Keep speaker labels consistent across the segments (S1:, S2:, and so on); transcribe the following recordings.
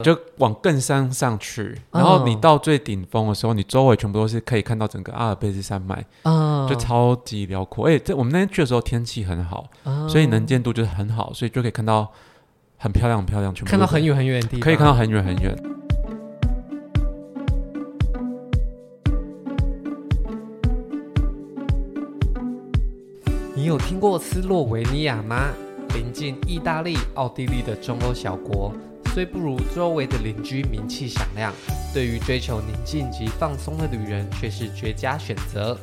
S1: 嗯
S2: 就往更山上去，然后你到最顶峰的时候，你周围全部都是可以看到整个阿尔卑斯山脉，
S1: 嗯，
S2: 就超级辽阔。而且这我们那天去的时候天气很好，
S1: 嗯
S2: 所以能见度就是很好，所以就可以看到很漂亮、很漂亮，全部都
S1: 看到很
S2: 是，
S1: 远很远的地方，
S2: 可以看到很远很远。
S1: 你有听过斯洛维尼亚吗？临近意大利、奥地利的中欧小国，虽不如周围的邻居名气响亮，对于追求宁静及放松的旅人却是绝佳选择。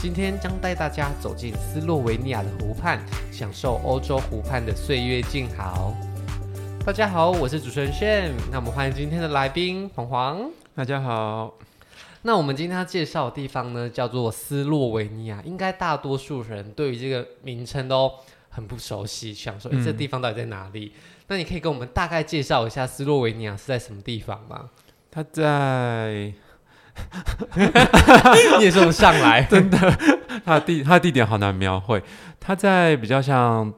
S1: 今天将带大家走进斯洛维尼亚的湖畔，享受欧洲湖畔的岁月静好。大家好，我是主持人炫，那我们欢迎今天的来宾黄黄。
S2: 大家好，
S1: 那我们今天要介绍的地方呢，叫做斯洛维尼亚。应该大多数人对于这个名称都很不熟悉，想说，哎、
S2: 嗯
S1: 这地方到底在哪里？那你可以跟我们大概介绍一下斯洛维尼亚是在什么地方 吗？
S2: 他在
S1: 你也说不上来，
S2: 他的地 他的地点好难描绘，他在比较像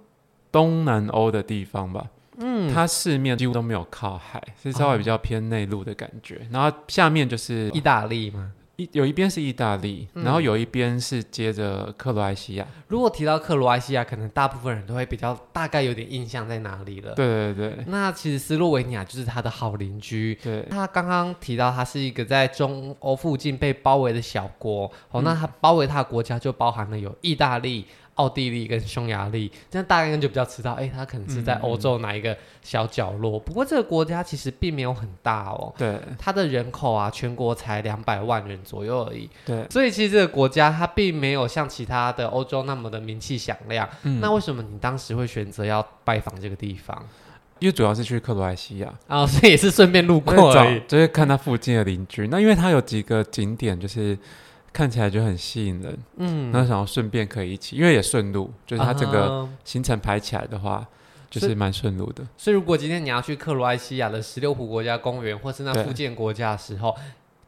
S2: 东南欧的地方吧。嗯，它四面几乎都没有靠海，是稍
S1: 嗯
S2: 微比较偏内陆的感觉。然后下面就是
S1: 意大利吗？
S2: 一有一边是意大利，然后有一边是接着克罗埃西亚。
S1: 如果提到克罗埃西亚，可能大部分人都会比较大概有点印象在哪里了。
S2: 对对对
S1: 那其实斯洛维尼亚就是它的好邻居，
S2: 对，
S1: 他刚刚提到，他是一个在中欧附近被包围的小国。
S2: 嗯
S1: 哦，那他包围他的国家就包含了有意大利、奥地利跟匈牙利，这样大概就比较知道，哎，他可能是在欧洲哪一个小角
S2: 嗯
S1: 落。不过这个国家其实并没有很大哦，
S2: 对
S1: 它的人口啊，全国才两百万人左右而已。
S2: 对，
S1: 所以其实这个国家它并没有像其他的欧洲那么的名气响亮。
S2: 嗯
S1: 那为什么你当时会选择要拜访这个地方
S2: 因为主要是去克罗埃西亚，
S1: 啊、所以也是顺便路过
S2: 找
S1: 而已。
S2: 就是看它附近的邻居。那因为它有几个景点，就是看起来就很吸引人，
S1: 嗯，
S2: 那想要顺便可以一起，因为也顺路，就是它整个
S1: 啊
S2: 行程排起来的话，就是是蛮顺路的。
S1: 所以，如果今天你要去克罗埃西亚的十六湖国家公园，或是那
S2: 对
S1: 附近国家的时候，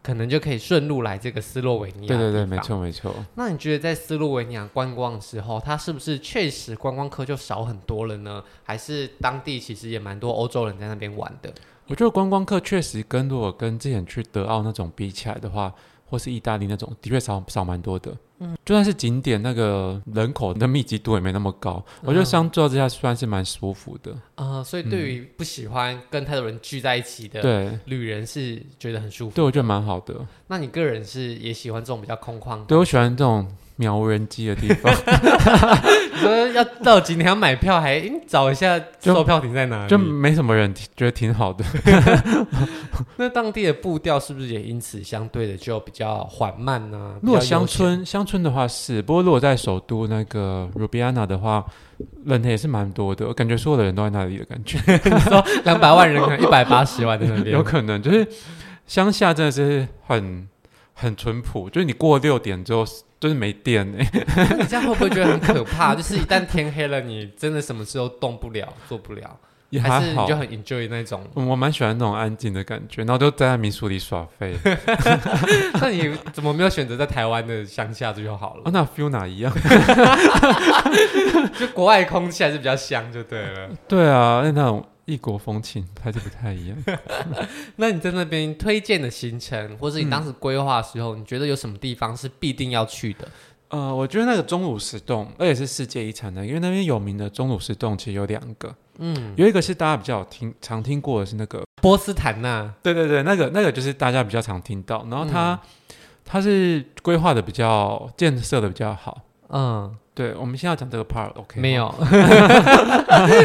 S1: 可能就可以顺路来这个斯洛维尼
S2: 对
S1: 亚。
S2: 对对，没。错没错。
S1: 那你觉得在斯洛维尼亚观光的时候，它是不是确实观光客就少很多了呢？还是当地其实也蛮多欧洲人在那边玩的？
S2: 我觉得观光客确实跟如果跟之前去德奥那种比起来的话，或是意大利那种，的确少少蛮多的。嗯，就算是景点，那个人口的密集度也没那么高，
S1: 嗯
S2: 我觉得相较之下算是蛮舒服的。
S1: 啊、所以对于不喜欢跟太多人聚在一起的
S2: 嗯对，
S1: 旅人是觉得很舒服。
S2: 对我觉得蛮好的。
S1: 那你个人是也喜欢这种比较空旷的？
S2: 对我喜欢这种渺无人迹的地方，
S1: 你说要到景点要买票还，诶找一下
S2: 就
S1: 售票亭在哪里？
S2: 就没什么人，觉得挺 好的。
S1: 那当地的步调是不是也因此相对的就比较缓慢呢、
S2: 如果
S1: 比较
S2: 乡
S1: 悠闲，
S2: 村乡村的话是，不过如果在首都那个 Rubiana 的话，人也是蛮多的，我感觉所有的人都在那里的感觉。
S1: 你说 两百万人可能一百八十万在那边，
S2: 有可能就是乡下真的是很很淳朴，就是你过六点之后就是没电哎、
S1: 你这样会不会觉得很可怕？ 就是一旦天黑了，你真的什么事都动不了、做不了，
S2: 也
S1: 还
S2: 还
S1: 是
S2: 好？
S1: 你。就很 enjoy 那种
S2: 我我蛮喜欢那种安静的感觉，然后就待在民宿里耍废，
S1: 那你怎么没有选择在台湾的乡下就好
S2: 哦、
S1: 了？
S2: 那 feel 哪一样？
S1: 就国外空气还是比较香就对了。
S2: 对啊，那种异国风情还是不太一样。
S1: 那你在那边推荐的行程，或是你当时规划的时候，你觉得有什么地方是必定要去的？
S2: 呃，我觉得那个钟乳石洞，而且是世界遗产的，因为那边有名的钟乳石洞其实有两个，
S1: 嗯，
S2: 有一个是大家比较有听常听过的是那个
S1: 波斯坦纳。
S2: 对对对，那个那个就是大家比较常听到，然后它、
S1: 嗯
S2: 它是规划的比较建设的比较好。
S1: 嗯，
S2: 对，我们现在要讲这个 part，OK？、
S1: 没，有。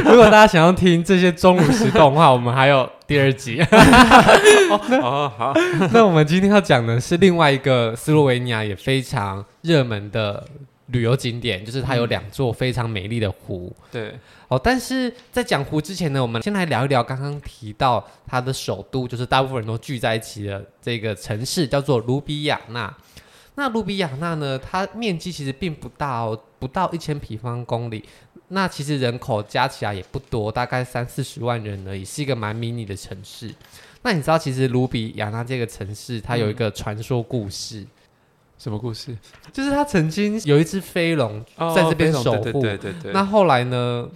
S1: 如果大家想要听这些钟乳石动画，我们还有第二 集。
S2: 哦，好，
S1: 那我们今天要讲的是另外一个斯洛维尼亚也非常热门的旅游景点，就是它有两座非常美丽的湖。
S2: 对，
S1: 哦，但是在讲湖之前呢，我们先来聊一聊刚刚提到它的首都，就是大部分人都聚在一起的这个城市，叫做卢比亚纳。那卢比亚纳呢，它面积其实并不大哦，不到一千平方公里。那其实人口加起来也不多，大概三四十万人而已，是一个蛮迷你的城市。那你知道，其实卢比亚纳这个城市，它有一个传说故事，
S2: 什么故事？
S1: 就是它曾经有一只飞龙
S2: 哦
S1: 在这边
S2: 非常
S1: 守护
S2: 对对对对对。
S1: 那后来呢？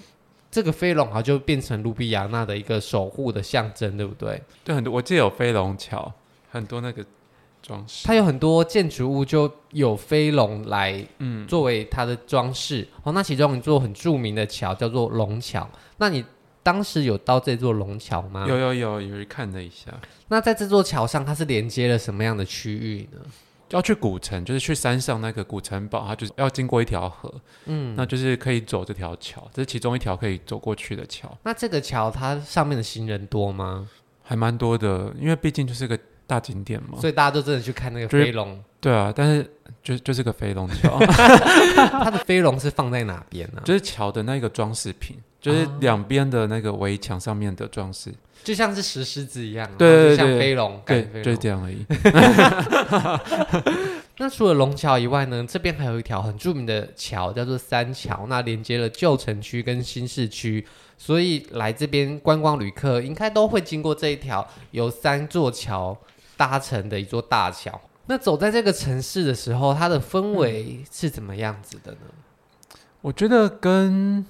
S1: 这个飞龙好像啊就变成卢比亚纳的一个守护的象征，对不对？
S2: 对，很多我记得有飞龙桥，很多那个装饰。
S1: 它有很多建筑物就有飞龙来，
S2: 嗯
S1: 作为它的装饰。哦，那其中一座很著名的桥叫做龙桥。那你当时有到这座龙桥吗？
S2: 有有有有去看了一下，
S1: 那在这座桥上，它是连接了什么样的区域呢？
S2: 要去古城，就是去山上那个古城堡，它就是要经过一条河，嗯，那就是可以走这条桥，这是其中一条可以走过去的桥，
S1: 那这个桥它上面的行人多吗？
S2: 还蛮多的，因为毕竟就是个大景点嘛。
S1: 所以大家都真的去看那个
S2: 哦就是
S1: 飞龙，
S2: 对啊，但是就就是个飞龙 桥，
S1: 它的飞龙是放在哪边呢、
S2: 就是桥的那个装饰品，就是
S1: 哦
S2: 两边的那个围墙上面的装饰，
S1: 就像是石狮子一样，
S2: 对
S1: 然后就
S2: 对
S1: 像
S2: 对
S1: 飞龙，
S2: 对
S1: 赶，飞
S2: 就是
S1: 龙。
S2: 这样而已。
S1: 那除了龙桥以外呢，这边还有一条很著名的桥叫做三桥，那连接了旧城区跟新市区，所以来这边观光旅客应该都会经过这一条由三座桥搭成的一座大桥。那走在这个城市的时候，它的氛围是怎么样子的呢？
S2: 我觉得跟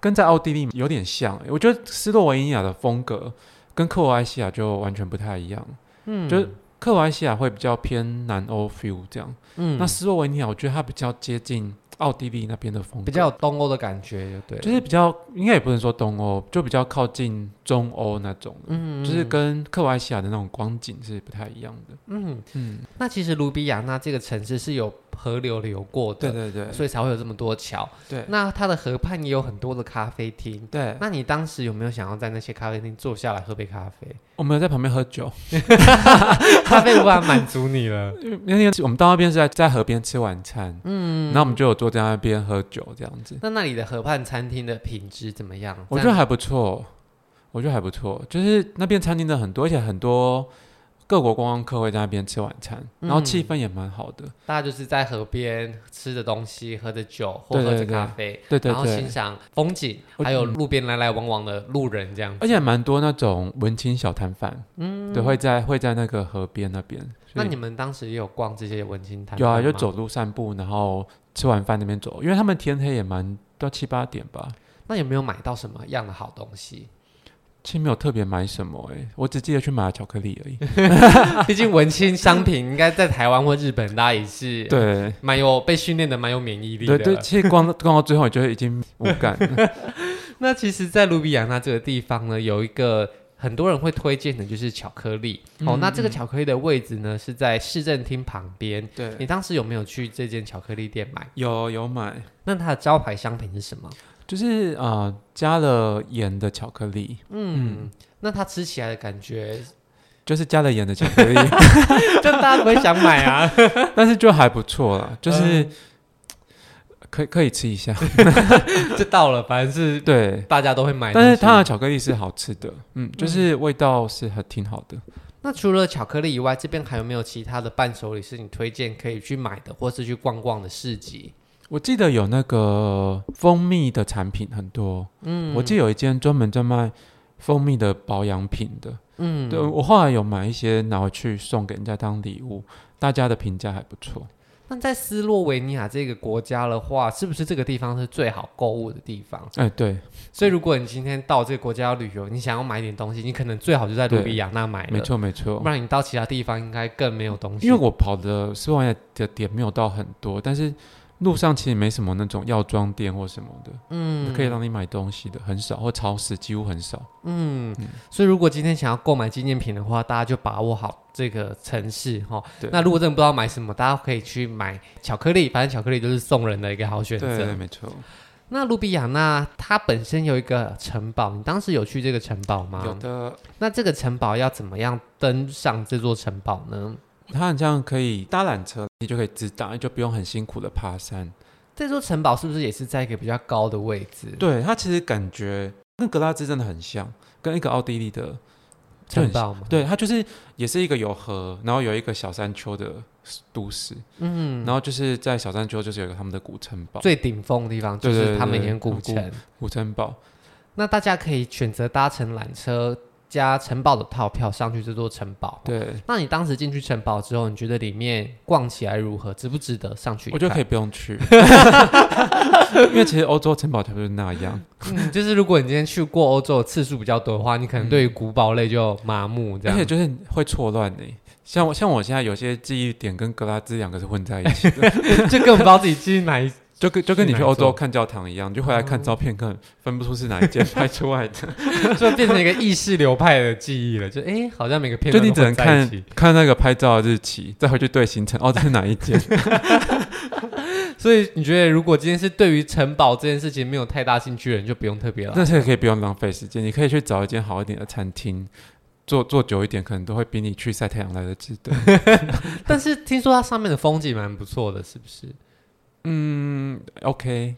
S2: 跟在奥地利有点像，欸我觉得斯洛文尼亚的风格跟克罗埃西亚就完全不太一样。嗯，就是克罗埃西亚会比较偏南欧 feel 这样，
S1: 嗯
S2: 那斯洛文尼亚我觉得它比较接近奥地利那边的风格，
S1: 比较有东欧的感觉，就对了，
S2: 就是比较应该也不能说东欧，就比较靠近中欧那种，
S1: 嗯
S2: 就是跟克罗埃西亚的那种光景是不太一样的。
S1: 嗯
S2: 嗯，
S1: 那其实卢比亚那这个城市是有河流流过
S2: 对
S1: 的，
S2: 对对
S1: 所以才会有这么多桥。
S2: 对
S1: 那它的河畔也有很多的咖啡厅。
S2: 对，
S1: 那你当时有没有想要在那些咖啡厅坐下来喝杯咖啡？
S2: 我们有在旁边喝酒，
S1: 咖啡无法满足你了。
S2: 因为那天我们到那边是在在河边吃晚餐，嗯，然后我们就有坐在那边喝酒这样子，
S1: 那那里的河畔餐厅的品质怎么样？
S2: 我觉得还不错，我觉得还不错，就是那边餐厅的很多，而且很多各国观光客会在那边吃晚餐，然
S1: 嗯
S2: 后气氛也蛮好的，
S1: 大家就是在河边吃着东西，喝着酒或
S2: 对对
S1: 喝着
S2: 对
S1: 咖啡，
S2: 对对
S1: 然后欣
S2: 对，
S1: 赏风景，
S2: 我
S1: 还有路边来来往往的路人这样
S2: 而且蛮多那种文青小摊贩，嗯，对，会在会在那个河边那边，所
S1: 那
S2: 以
S1: 你们当时也有逛这些文青摊
S2: 有啊，
S1: 贩吗
S2: 就走。路散步，然后吃完饭那边走，因为他们天黑也蛮到七八点吧，
S1: 那有没有买到什么样的好东西？
S2: 其实没有特别买什么哎、我只记得去买了巧克力而已，
S1: 毕竟文青商品应该在台湾或日本，大家也是
S2: 对。
S1: 蛮有被训练的，蛮有免疫力
S2: 对
S1: 的。
S2: 对，其实逛到逛到最后，你就会已经无感了。
S1: 那其实，在卢比亚那这个地方呢，有一个很多人会推荐的，就是巧克力。
S2: 嗯
S1: 哦，那这个巧克力的位置呢，是在市政厅旁边。
S2: 对，
S1: 你当时有没有去这间巧克力店买？
S2: 有有买，
S1: 那它的招牌商品是什么？
S2: 就是呃加了盐的巧克力，
S1: 嗯，那它吃起来的感觉，
S2: 就是加了盐的巧克力，
S1: 就大家不会想买啊。
S2: 但是就还不错啦，
S1: 嗯
S2: 就是、可以可以吃一 下。
S1: 就到了，反正是
S2: 对，
S1: 大家都会买。
S2: 但是它的，巧克力是好吃的，嗯，就是味道是还挺好的。
S1: 那除了巧克力以外，这边还有没有其他的伴手礼是你推荐可以去买的，或是去逛逛的市集？
S2: 我记得有那个蜂蜜的产品很多，嗯，我记得有一间专门在卖蜂蜜的保养品的，
S1: 嗯，
S2: 对我后来有买一些拿回去送给人家当礼物，大家的评价还不错。
S1: 那在斯洛维尼亚这个国家的话，是不是这个地方是最好购物的地方？
S2: 哎，对，
S1: 所以如果你今天到这个国家要旅游，你想要买点东西，你可能最好就在卢比亚那买了
S2: 没，错没错
S1: 不。然你到其他地方应该更没有东西。
S2: 因为我跑的斯洛文尼亚的点没有到很多，但是路上其实没什么那种药妆店或什么的，嗯，可以让你买东西的很少，或超市几乎很少。
S1: 所以如果今天想要购买纪念品的话，大家就把握好这个城市哈
S2: 对。
S1: 那如果真的不知道买什么，大家可以去买巧克力，反正巧克力就是送人的一个好选择。
S2: 对，没错。
S1: 那卢比亚那它本身有一个城堡，你当时有去这个城堡吗？
S2: 有的，
S1: 那这个城堡要怎么样登上这座城堡呢？
S2: 它很像可以搭缆车，你就可以直达，就不用很辛苦的爬山。
S1: 这座城堡是不是也是在一个比较高的位置？
S2: 对，它其实感觉跟格拉兹真的很像，跟一个奥地利
S1: 嗯
S2: 的就
S1: 城
S2: 很
S1: 堡嘛，
S2: 对，它就是也是一个有河，然后有一个小山丘的都市，
S1: 嗯，
S2: 然后就是在小山丘就是有一个他们的古城堡，
S1: 最顶峰的地方就
S2: 对对
S1: 是
S2: 对
S1: 他们以
S2: 对
S1: 前古
S2: 古
S1: 城。
S2: 古城堡，
S1: 那大家可以选择搭乘缆车加城堡的套票上去这座城堡。
S2: 对，
S1: 那你当时进去城堡之后，你觉得里面逛起来如何？值不值得上去？
S2: 我觉得可以
S1: 以。
S2: 不用 去，因为其实欧洲城堡差不多就是那样。
S1: 嗯，就是如果你今天去过欧洲的次数比较多的话，你
S2: 嗯
S1: 可能对于古堡类就麻木这
S2: 而
S1: 样
S2: 且。就是会错乱呢、像我像我现在有些记忆点跟格拉兹两个是混在一起的，
S1: 就根本不知道自己进去哪一。
S2: 就跟就跟
S1: 是
S2: 你去
S1: 哪一
S2: 欧洲
S1: 座
S2: 看教堂一样，你就回来看照片，看分不出是哪一 间拍出来的，
S1: 就变成一个意识流派的记忆了，就哎、诶好像每个片
S2: 就
S1: 段
S2: 你
S1: 都
S2: 只能
S1: 混在一
S2: 看
S1: 起，
S2: 看那个拍照的日期，再回去对行程， 哦，这是哪一间？
S1: 所以你觉得如果今天是对于城堡这件事情没有太大兴趣的人，就不用特别
S2: 那
S1: 了。
S2: 些可以不用浪费时间，你可以去找一间好一点的餐厅。坐坐久一点，可能都会比你去晒太阳来的值 得。
S1: 但是听说它上面的风景蛮不错的，是不是？
S2: 嗯，OK，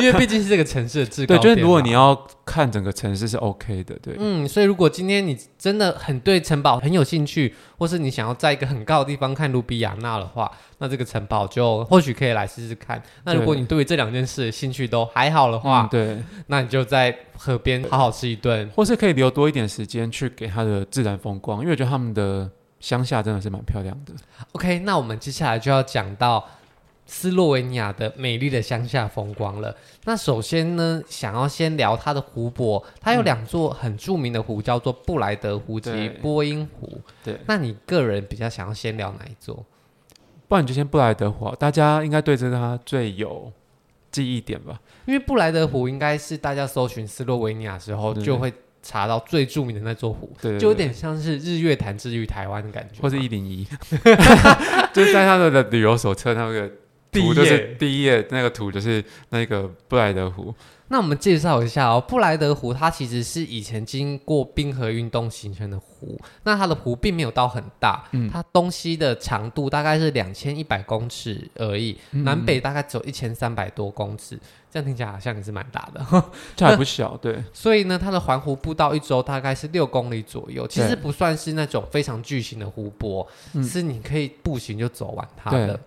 S1: 因为毕竟是这个城市的制高
S2: 对，
S1: 点嘛。
S2: 就是如果你要看整个城市是 OK 的，对，
S1: 嗯，所以如果今天你真的很对城堡很有兴趣，或是你想要在一个很高的地方看卢比亚纳的话，那这个城堡就或许可以来试试看。那如果你对于这两件事的兴趣都还好的
S2: 嗯
S1: 话，
S2: 对，
S1: 那你就在河边好好吃一顿。
S2: 或是可以留多一点时间去给它的自然风光，因为我觉得他们的乡下真的是蛮漂亮的。
S1: OK，那我们接下来就要讲到斯洛维尼亚的美丽的乡下风光了。那首先呢，想要先聊它的湖泊，它有两座很著名的湖，叫做布莱德湖及
S2: 嗯对
S1: 波音湖。
S2: 对，
S1: 那你个人比较想要先聊哪一座？
S2: 不然你就先布莱德湖好，大家应该对这个它最有记忆点吧？
S1: 因为布莱德湖应该是大家搜寻斯洛维尼亚之后
S2: 对
S1: 就会查到最著名的那座湖，
S2: 对对对
S1: 就有点像是日月潭之于台湾的感觉嘛，
S2: 或是一零一， 就是在他们的旅游手册那个
S1: 第
S2: 图
S1: 一
S2: 就是
S1: 页
S2: 第一页那个图就是那个布莱德湖，
S1: 那我们介绍一下哦，布莱德湖它其实是以前经过冰河运动形成的湖，那它的湖并没有到很大，
S2: 嗯
S1: 它东西的长度大概是两千一百公尺而已，嗯
S2: 嗯
S1: 南北大概只有一千三百多公尺，这样听起来好像也是蛮大的。
S2: 这还不小，对，
S1: 所以呢，它的环湖步道一周大概是六公里左右，其实
S2: 对
S1: 不算是那种非常巨型的湖泊，
S2: 嗯
S1: 是你可以步行就走完它
S2: 对
S1: 的。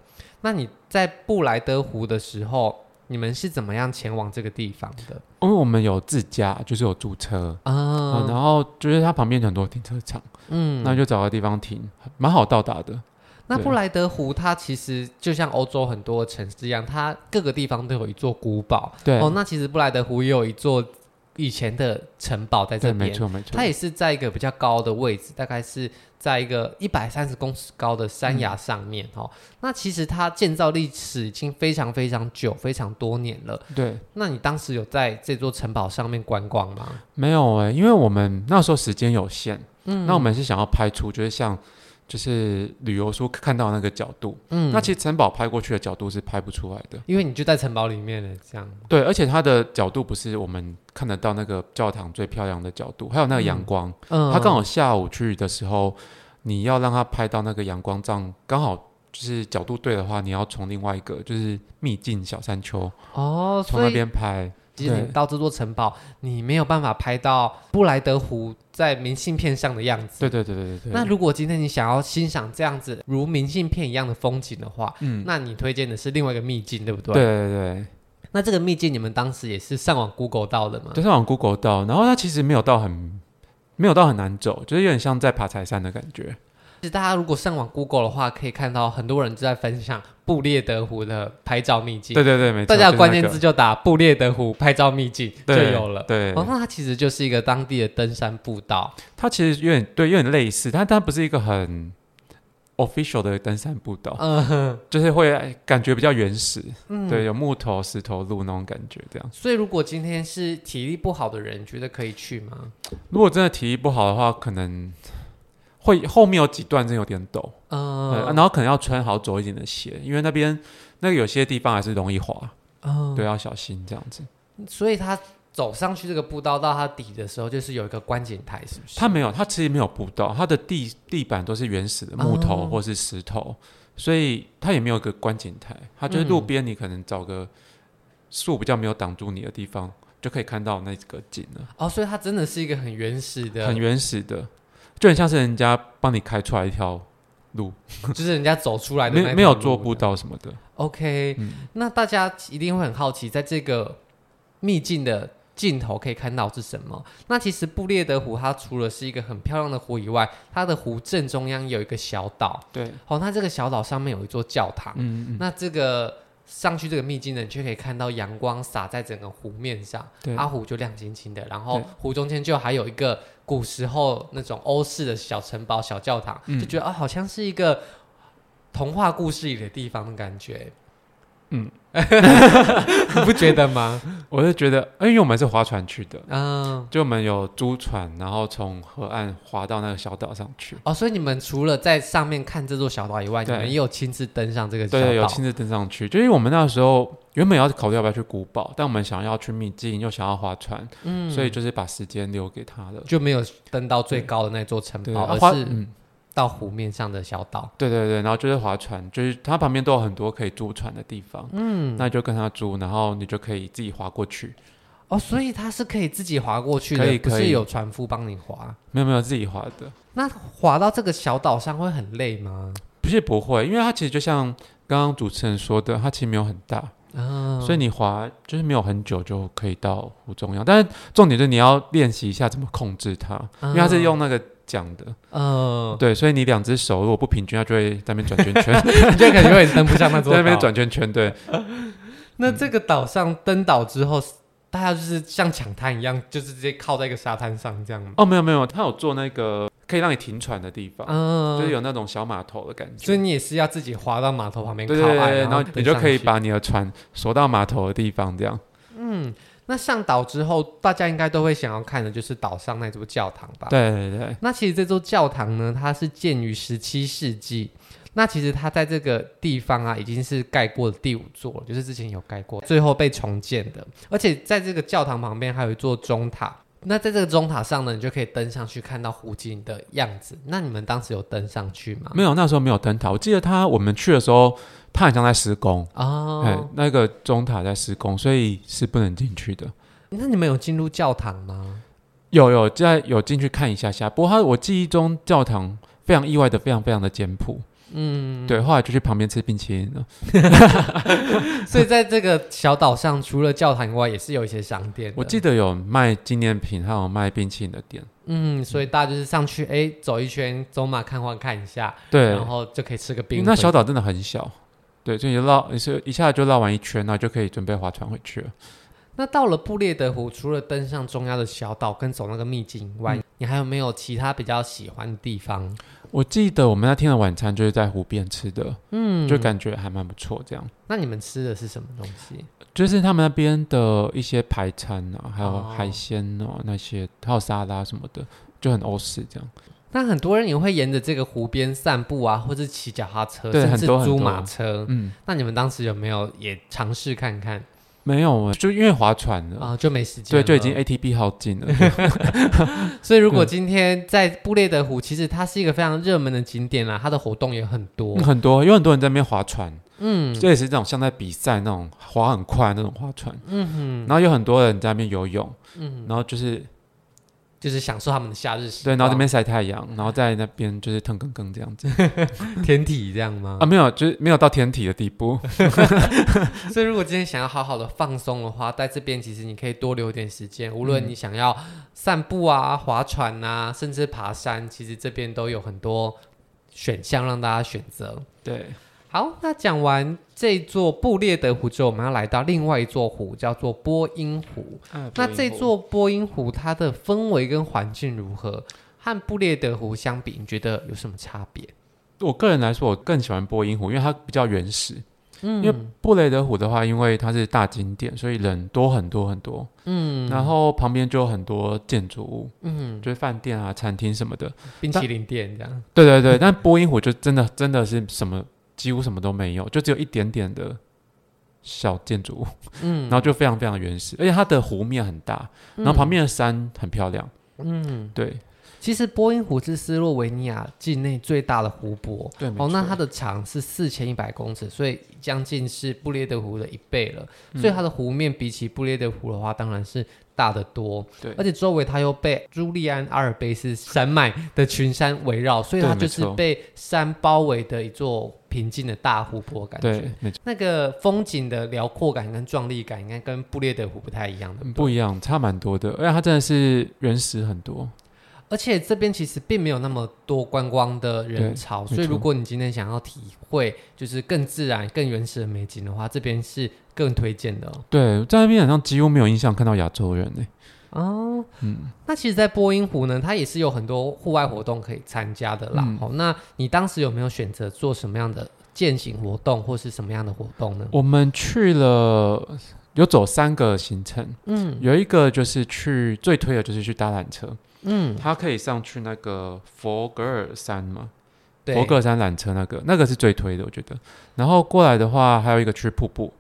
S1: 那你在布莱德湖的时候，你们是怎么样前往这个地方的？
S2: 因为我们有自驾，就是有租车。啊、
S1: 啊，
S2: 然后就是它旁边有很多停车场，
S1: 嗯，
S2: 那
S1: 那
S2: 就找个地方停，蛮好到达的。对
S1: 布莱德湖它其实就像欧洲很多城市一样，它各个地方都有一座古堡。
S2: 对，
S1: 哦，那其实布莱德湖也有一座以前的城堡在
S2: 对，
S1: 这
S2: 没
S1: 边，
S2: 错没错
S1: 它。也是在一个比较高的位置，大概是在一个一百三十公尺高的山崖上面。哦，那其实它建造历史已经非常非常久，非常多年了。
S2: 对，
S1: 那你当时有在这座城堡上面观光吗？
S2: 没有哎、因为我们那时候时间有限，
S1: 嗯
S2: 那我们是想要拍出就是像就是旅游书看到那个角度，
S1: 嗯
S2: 那其实城堡拍过去的角度是拍不出来的，
S1: 因为你就在城堡里面了，这样。
S2: 对，而且它的角度不是我们看得到那个教堂最漂亮的角度，还有那个阳光，
S1: 嗯
S2: 它刚好下午去的时候，你要让它拍到那个阳光这样刚好。就是角度对的话，你要从另外一个就是秘境小山丘
S1: 哦，
S2: 从
S1: 所
S2: 那
S1: 以
S2: 边拍，
S1: 即使你
S2: 对
S1: 到这座城堡，你没有办法拍到布莱德湖在明信片上的样子。
S2: 对对对对对对。
S1: 那如果今天你想要欣赏这样子如明信片一样的风景的话，
S2: 嗯，
S1: 那你推荐的是另外一个秘境，对不对？
S2: 对。对对，
S1: 那这个秘境你们当时也是上网 Google 到的吗？
S2: 就是往 Google 到，然后它其实没有到很没有到很难走，就是有点像在爬柴山的感觉。
S1: 其实大家如果上网 Google 的话，可以看到很多人就在分享布列德湖的拍照秘境。
S2: 对对对，没错。
S1: 大家的关键
S2: 就是
S1: 字就打布列德湖拍照秘境
S2: 那
S1: 就
S2: 个对
S1: 有了。
S2: 对，
S1: 哦，那它其实就是一个当地的登山步道。
S2: 它其实有点对，有点类似，但它不是一个很 official 的登山步道，
S1: 嗯哼。
S2: 就是会感觉比较原始。
S1: 嗯
S2: 对，有木头、石头路那种感觉。这样，
S1: 所以，如果今天是体力不好的人，觉得可以去吗？
S2: 如果真的体力不好的话，可能。会后面有几段真有点陡、对啊
S1: 嗯，
S2: 然后可能要穿好走一点的鞋，因为那边那个有些地方还是容易滑，
S1: 嗯，
S2: 对，要小心这样子。
S1: 所以他走上去这个步道到它底的时候，就是有一个观景台，是不是？
S2: 它没有，它其实没有步道，它的地地板都是原始的木头
S1: 哦
S2: 或是石头，所以它也没有一个观景台，它就是
S1: 嗯
S2: 路边，你可能找个树比较没有挡住你的地方，就可以看到那个景了，
S1: 哦，所以它真的是一个很原始的，
S2: 很原始的，就很像是人家帮你开出来一条路，
S1: 就是人家走出来的那
S2: 没没有做步
S1: 步道。嗯
S2: 道什么的。
S1: OK，、那大家一定会很好奇，在这个秘境的尽头可以看到是什么。那其实布列德湖它除了是一个很漂亮的湖以外，它的湖正中央有一个小岛，
S2: 对，
S1: 哦，那这个小岛上面有一座教堂，
S2: 嗯嗯，
S1: 那这个上去这个秘境呢，你就可以看到阳光洒在整个湖面上，
S2: 对
S1: 阿湖就亮晶晶的，然后
S2: 对
S1: 湖中间就还有一个古时候那种欧式的小城堡、小教堂，
S2: 嗯
S1: 就觉得啊、好像是一个童话故事里的地方的感觉。
S2: 嗯，
S1: 你不觉得吗？
S2: 我是觉得，呃因为我们是划船去的，
S1: 嗯，
S2: 就我们有租船，然后从河岸划到那个小岛上去。
S1: 哦，所以你们除了在上面看这座小岛以外，你
S2: 对
S1: 们也有亲自登上这个小岛。
S2: 对，有亲自登上去，就因为我们那时候原本要考虑要不要去古堡，但我们想要去秘境，又想要划船，
S1: 嗯，
S2: 所以就是把时间留给他了。
S1: 就没有登到最高的那座城
S2: 对，
S1: 堡，
S2: 啊划
S1: 而哦是
S2: 嗯，
S1: 到湖面上的小岛。
S2: 对对对，然后就是划船，就是它旁边都有很多可以租船的地方，嗯，那你就跟他租，然后你就可以自己划过去，
S1: 哦，所以它是可以自己划过去的，
S2: 可以
S1: 不
S2: 可
S1: 是
S2: 以
S1: 有船夫帮你划。
S2: 没有没有自己划的，
S1: 那划到这个小岛上会很累吗？
S2: 不是不会，因为它其实就像刚刚主持人说的，它其实没有很大，
S1: 啊，
S2: 所以你滑就是没有很久就可以到湖中央，但是重点就是你要练习一下怎么控制它，因为它是用那呃个桨的，
S1: 嗯，
S2: 对，所以你两只手如果不平均，它就会在那边转圈圈，
S1: 你就感觉有点登不上那
S2: 在
S1: 座
S2: 那边
S1: 岛。
S2: 转圈圈，对，
S1: 那这个岛上登岛之后，大家就是像抢滩一样，就是直接靠在一个沙滩上这样吗？
S2: 哦，没有没有，它有做那个可以让你停船的地方，
S1: 嗯，
S2: 就是有那种小码头的感觉，
S1: 所以你也是要自己划到码头旁边靠
S2: 对对对
S1: 岸，
S2: 对，
S1: 然
S2: 然后
S1: 登
S2: 你就
S1: 上
S2: 可以
S1: 去
S2: 把你的船锁到码头的地方，这样。
S1: 那上岛之后，大家应该都会想要看的就是岛上那座教堂吧？
S2: 对对对，
S1: 那其实这座教堂呢，它是建于十七世纪。那其实它在这个地方啊，已经是盖过的第五座了，就是之前有盖过，最后被重建的。而且在这个教堂旁边还有一座钟塔。那在这个钟塔上呢，你就可以登上去看到湖景的样子。那你们当时有登上去吗？
S2: 没有那时候没有灯塔，我记得它我们去的时候，它很像在施工，哎、
S1: 哦，
S2: 那个钟塔在施工，所以是不能进去的。
S1: 那你们有进入教堂吗？
S2: 有有在有进去看一下下，不过他我记忆中教堂非常意外的非常非常的简朴，嗯，对，后来就去旁边吃冰淇淋了，
S1: 所以在这个小岛上，除了教堂以外，也是有一些商店的。
S2: 我记得有卖纪念品，还有卖冰淇淋的店，
S1: 嗯，所以大家就是上去，哎，走一圈，走马看花看一下，
S2: 对
S1: 然，后就可以吃个
S2: 因
S1: 冰
S2: 为
S1: 回。
S2: 那小岛真的很小，对，所以绕你是一下就绕完一圈，然后就可以准备划船回去了。
S1: 那到了布列德湖，除了登上中央的小岛跟走那个秘境以外，你还有没有其他比较喜欢的地方？
S2: 我记得我们那天的晚餐就是在湖边吃的，嗯，就感觉还蛮不错，这样。
S1: 那你们吃的是什么东西？
S2: 就是他们那边的一些排餐啊，还有
S1: 哦
S2: 海鲜哦、那些，还有沙拉什么的，就很欧式这样。
S1: 那很多人也会沿着这个湖边散步啊，或是骑脚踏车，
S2: 对
S1: 甚至
S2: 很多很
S1: 租
S2: 多
S1: 马车。
S2: 嗯，
S1: 那你们当时有没有也尝试看看
S2: 没有，就因为划船了，
S1: 啊、就没时间
S2: 对，
S1: 了，
S2: 就已经 ATP 耗尽 了。对
S1: 所以如果今天在布列德湖，其实它是一个非常热门的景点啊啦，它的活动也很多。
S2: 很多有很多人在那边划船，
S1: 嗯，
S2: 这也是这种像在比赛那种划很快那种划船。嗯哼，然后有很多人在那边游泳，嗯，然后就是
S1: 就是享受他们的夏日时
S2: 对，
S1: 光，
S2: 然后在那边晒太阳，然后在那边就是腾腾腾这样子
S1: 天体这样吗？
S2: 啊，没有，就是没有到天体的地 步。
S1: 所以如果今天想要好好的放松的话，在这边其实你可以多留点时间，无论你想要散步啊、划船啊，甚至爬山，其实这边都有很多选项让大家选择。
S2: 对，
S1: 好，那讲完这座布列德湖之后，我们要来到另外一座湖，叫做波音湖。那这座波音湖它的氛围跟环境如何？和布列德湖相比，你觉得有什么差别？
S2: 我个人来说，我更喜欢波音湖，因为它比较原始。嗯，因为布雷德湖的话，因为它是大景点，所以人多很多很多。嗯，然后旁边就有很多建筑物，嗯，就是饭店啊、餐厅什么的。
S1: 冰淇淋店这样，
S2: 对对 对，但波音湖就真的真的是什么几乎什么都没有，就只有一点点的小建筑物，嗯，然后就非常非常原始，而且它的湖面很大，然后旁边的山很漂亮，嗯，对，
S1: 其实波音湖是斯洛维尼亚境内最大的湖泊。
S2: 对，没
S1: 哦，那
S2: 错
S1: 它的长是四千一百公尺，所以将近是布列德湖的一倍了。
S2: 嗯
S1: 所以它的湖面比起布列德湖的话，当然是大得多。
S2: 对
S1: 而且周围它又被朱利安阿尔卑斯山脉的群山围绕，所以它
S2: 对没
S1: 就是
S2: 错
S1: 被山包围的一座平静的大湖泊感觉
S2: 对。，没错，
S1: 那个风景的辽阔感跟壮丽感，应该跟布列德湖不太一样的。
S2: 嗯不一样，差蛮多的，而且它真的是原始很多，
S1: 而且这边其实并没有那么多观光的人潮，
S2: 对
S1: 所以
S2: 没错
S1: 如果你今天想要体会就是更自然、更原始的美景的话，这边是更推荐的哦。
S2: 对，在那边好像几乎没有印象看到亚洲人呢、欸
S1: 哦，那其实，在波音湖呢，它也是有很多户外活动可以参加的啦。
S2: 嗯
S1: 哦，那你当时有没有选择做什么样的践行活动，或是什么样的活动呢？
S2: 我们去了有走三个行程，
S1: 嗯
S2: 有一个就是去最推的就是去搭缆车，
S1: 嗯，
S2: 它可以上去那个佛格尔山嘛，
S1: 对，
S2: 佛格尔山缆车那个那个是最推的，我觉得。然后过来的话，还有一个去瀑布，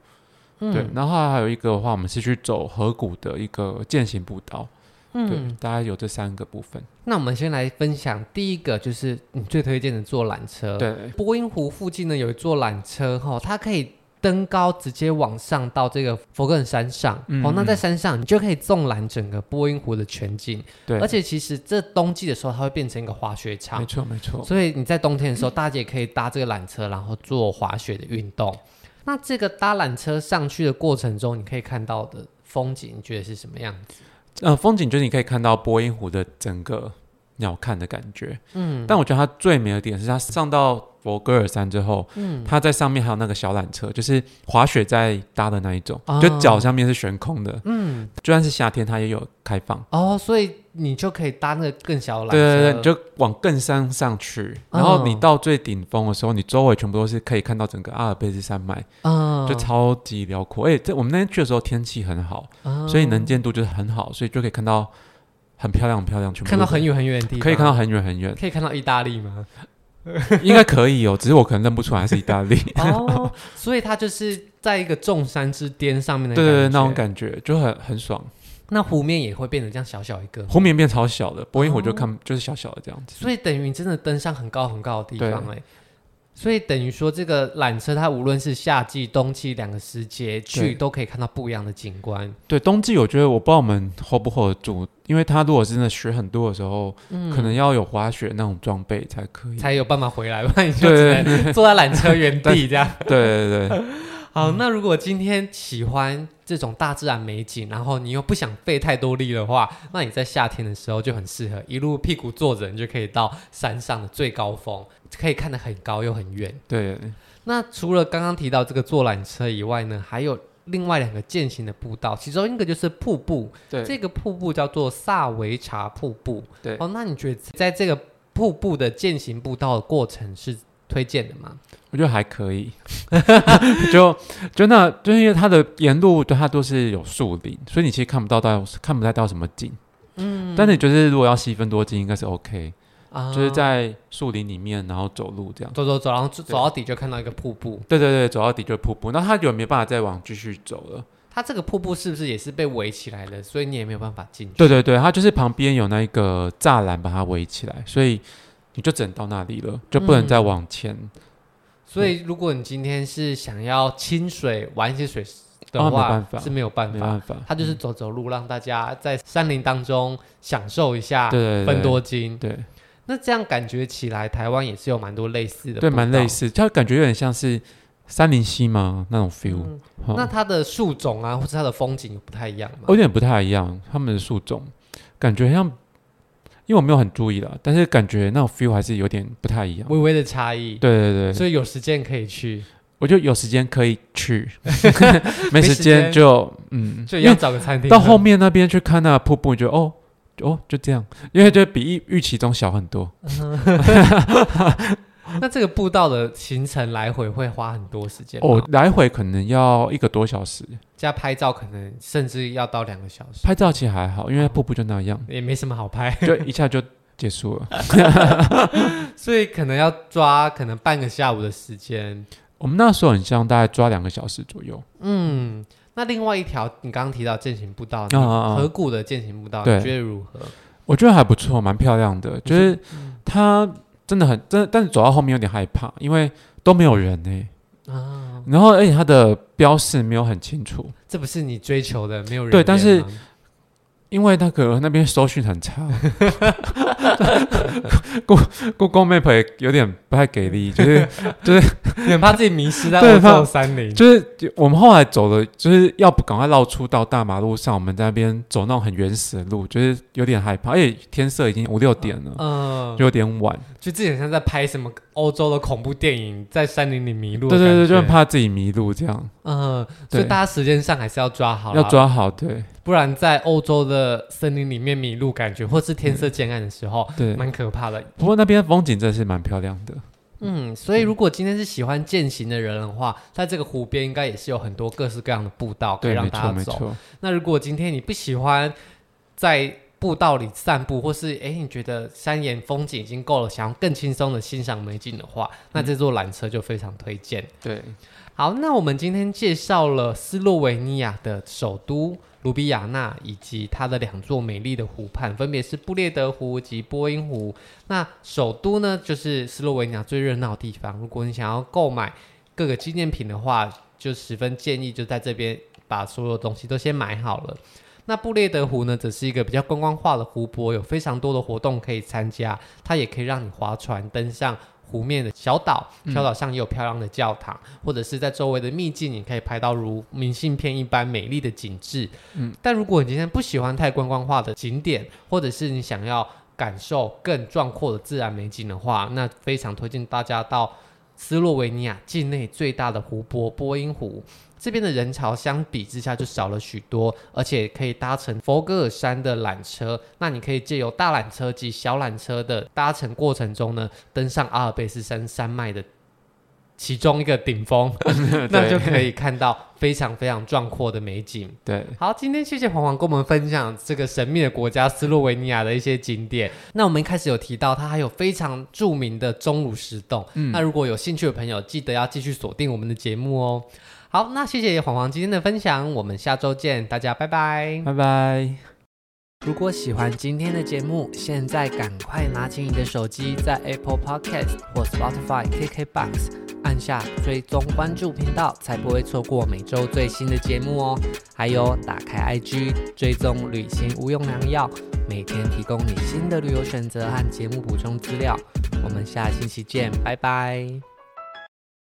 S2: 对
S1: 嗯，
S2: 然后还有一个的话，我们是去走河谷的一个践行步道，对
S1: 嗯，，
S2: 大概有这三个部分。
S1: 那我们先来分享第一个，就是你最推荐的坐缆车。
S2: 对，
S1: 波音湖附近呢有一座缆车哈、它可以登高直接往上到这个佛根山上。
S2: 嗯
S1: 哦，那在
S2: 嗯
S1: 山上你就可以纵览整个波音湖的全景。
S2: 对
S1: 而且其实这冬季的时候，它会变成一个滑雪
S2: 没
S1: 场，
S2: 错，没错。
S1: 所以你在冬天的时候，大家也可以搭这个缆车，然后做滑雪的运 动。那这个搭缆车上去的过程中，你可以看到的风景，你觉得是什么样子？
S2: 呃，风景就是你可以看到波音湖的整个鸟瞰的感觉。嗯，但我觉得它最美的点是它上到佛格尔山之后，嗯，它在上面还有那个小缆车，就是滑雪在搭的那一种，
S1: 哦
S2: 就脚上面是悬空的。嗯，就算是夏天，它也有开放。
S1: 哦，所以你就可以搭那个更小的缆车，哦
S2: 对对对，你就往更山上去，然后你到最顶峰的时候，你周围全部都是可以看到整个阿尔卑斯山脉，
S1: 嗯，
S2: 就超级辽阔。而且这我们那天去的时候天气很好，
S1: 啊
S2: 所以能见度就是很好，所以就可以看到很漂亮、很漂亮，全部
S1: 看到
S2: 都
S1: 很远很远的地方，，
S2: 可以看到很远很远
S1: 可以看到意大利吗？
S2: 应该可以哦，只是我可能认不出来是意大 利。
S1: 哦，所以它就是在一个众山之巅上面的
S2: 对对对，那种
S1: 觉。
S2: 感觉就很很爽。
S1: 那湖面也会变得这样小小一个，
S2: 湖面变超小的，波音湖
S1: 哦
S2: 就看就是小小的这样子。
S1: 所以等于你真的登上很高很高的地方哎、所以等于说，这个缆车它无论是夏季、冬季两个时节去，
S2: 对
S1: 都可以看到不一样的景观。
S2: 对，冬季我觉得我不知道我们 hold 不 hold 得住，因为它如果真的雪很多的时候，可能要有滑雪那种装备才可 以。
S1: 嗯才有办法回来，不然你就只能坐在缆车原地这样。
S2: 对对对，
S1: 好，
S2: 嗯
S1: 那如果今天喜欢这种大自然美景，然后你又不想费太多力的话，那你在夏天的时候就很适合，一路屁股坐着，你就可以到山上的最高峰，可以看得很高又很远。
S2: 对
S1: 那除了刚刚提到这个坐缆车以外呢，还有另外两个践行的步道，其中一个就是瀑布，
S2: 对
S1: 这个瀑布叫做萨维查瀑布。
S2: 对
S1: 哦，那你觉得在这个瀑布的践行步道的过程是推荐的吗？
S2: 我觉得还可以。 就就那，就是因为它的沿路对它都是有树林，所以你其实看不到到看不太到什么景。嗯，但是你就是如果要细分多金，应该是 OK，、
S1: 啊
S2: 就是在树林里面，然后走路这样。
S1: 走走走，然后走走到底就看到一个瀑布。
S2: 对对对，走到底就是瀑布，那它就没办法再往继续走了。
S1: 它这个瀑布是不是也是被围起来的？所以你也没有办法进去。
S2: 对对对，它就是旁边有那一个栅栏把它围起来，所以你就只能到那里了，就不能再
S1: 嗯
S2: 往前。
S1: 所以如果你今天是想要清水玩一些水的
S2: 哦没
S1: 话，
S2: 办法
S1: 是没有办
S2: 没
S1: 法。
S2: 办法，
S1: 它就是走走路，让大家在山林当中享受一下
S2: 对对对
S1: 分多金。
S2: 对。
S1: 那这样感觉起来，台湾也是有蛮多类似的，
S2: 对，蛮类。似，它感觉有点像是山林溪嘛那种 feel，、
S1: 嗯
S2: 哦
S1: 那它的树种啊，或是它的风景不太一样嘛？
S2: 有点不太一样。他们的树种感觉像，因为我没有很注意啦，但是感觉那种 feel 还是有点不太一样。
S1: 微微的差异。
S2: 对对对，
S1: 所以有时间可以去，
S2: 我就有时间可以 去，没
S1: 没
S2: 时
S1: 时间
S2: 间就嗯，
S1: 就
S2: 因
S1: 要
S2: 为
S1: 找个餐厅
S2: 到后面那边去看那个瀑布，你就哦哦就这样，因为就比预预期中小很多。
S1: 那这个步道的行程来回会花很多时间吗，
S2: 哦，来回可能要一个多小时，
S1: 加拍照可能甚至要到两个小时，
S2: 拍照其实还好，因为瀑布就那 样，
S1: 也没什么好拍，
S2: 就一下就结束了。
S1: 所以可能要抓可能半个下午的时间。
S2: 我们那时候很像大概抓两个小时左右，
S1: 嗯，那另外一条你刚刚提到践行步道，
S2: 啊啊啊
S1: 河谷的践行步道，
S2: 对
S1: 你觉得如何？
S2: 我觉得还不错，蛮漂亮的。就是它真的很真的，但是走到后面有点害怕，因为都没有人呢、欸
S1: 啊，
S2: 然后而且它的标示没有很清楚，
S1: 这不是你追求的，没有人
S2: 对但是
S1: 缘吗
S2: 因为那个那边搜讯很差 ，Google Google Map 也有点不太给 力，就是
S1: 你很怕自己迷失在
S2: 对
S1: 欧
S2: 怕
S1: 洲山林，
S2: 就是我们后来走的，就是要不赶快绕出到大马路上，我们在那边走那种很原始的路，就是有点害怕，而且天色已经五六点了，
S1: 嗯，
S2: 就有点晚。
S1: 就自己很像在拍什么欧洲的恐怖电影，在山林里迷嗯路。
S2: 对对对，就很。怕自己迷路，这样
S1: 嗯，所
S2: 对
S1: 以大家时间上还是要抓好，
S2: 要，抓好。对
S1: 不然在欧洲的森林里面迷路，感觉或是天
S2: 嗯
S1: 色渐暗的时候，
S2: 对，
S1: 蛮可怕的。
S2: 不过那边风景真的是蛮漂亮的。
S1: 嗯，所以如果今天是喜欢践行的人的话，在这个湖边应该也是有很多各式各样的步道可以
S2: 对，
S1: 让
S2: 没
S1: 大
S2: 错
S1: 家
S2: 没
S1: 走。
S2: 错。
S1: 那如果今天你不喜欢在步道里散步，或是诶你觉得山岩风景已经够了，想要更轻松的欣赏美景的话，那这座缆车就非常推荐。
S2: 对，
S1: 好，那我们今天介绍了斯洛维尼亚的首都卢比亚纳以及它的两座美丽的湖畔，分别是布列德湖及波因湖。那首都呢，就是斯洛维尼亚最热闹的地方。如果你想要购买各个纪念品的话，就十分建议就在这边把所有东西都先买好了。那布列德湖呢，则是一个比较观光化的湖泊，有非常多的活动可以参加，它也可以让你划船登上湖面的小岛，小岛上也有漂亮的教堂，或者是在周围的秘境，你可以拍到如明信片一般美丽的景致。嗯，但如果你今天不喜欢太观光化的景点，或者是你想要感受更壮阔的自然美景的话，那非常推荐大家到斯洛维尼亚境内最大的湖泊波因湖。这边的人潮相比之下就少了许多，而且可以搭乘佛戈尔山的缆车。那你可以借由大缆车及小缆车的搭乘过程中呢，登上阿尔卑斯山山脉的其中一个顶峰， 那就可以看到非常非常壮阔的美景。
S2: 对，
S1: 好，今天谢谢黄黄跟我们分享这个神秘的国家斯洛维尼亚的一些景点。那我们一开始有提到，它还有非常著名的钟乳石洞。
S2: 嗯
S1: 那如果有兴趣的朋友，记得要继续锁定我们的节目哦。好，那谢谢黄黄今天的分享，我们下周见，大家拜拜。
S2: 拜拜。
S1: 如果喜欢今天的节目，现在赶快拿起你的手机，在 Apple Podcast 或 Spotify、KKBox 按下追踪关注频道，才不会错过每周最新的节目哦。还有，打开 IG 追踪旅行无用良药，每天提供你新的旅游选择和节目补充资料。我们下星期见，拜拜。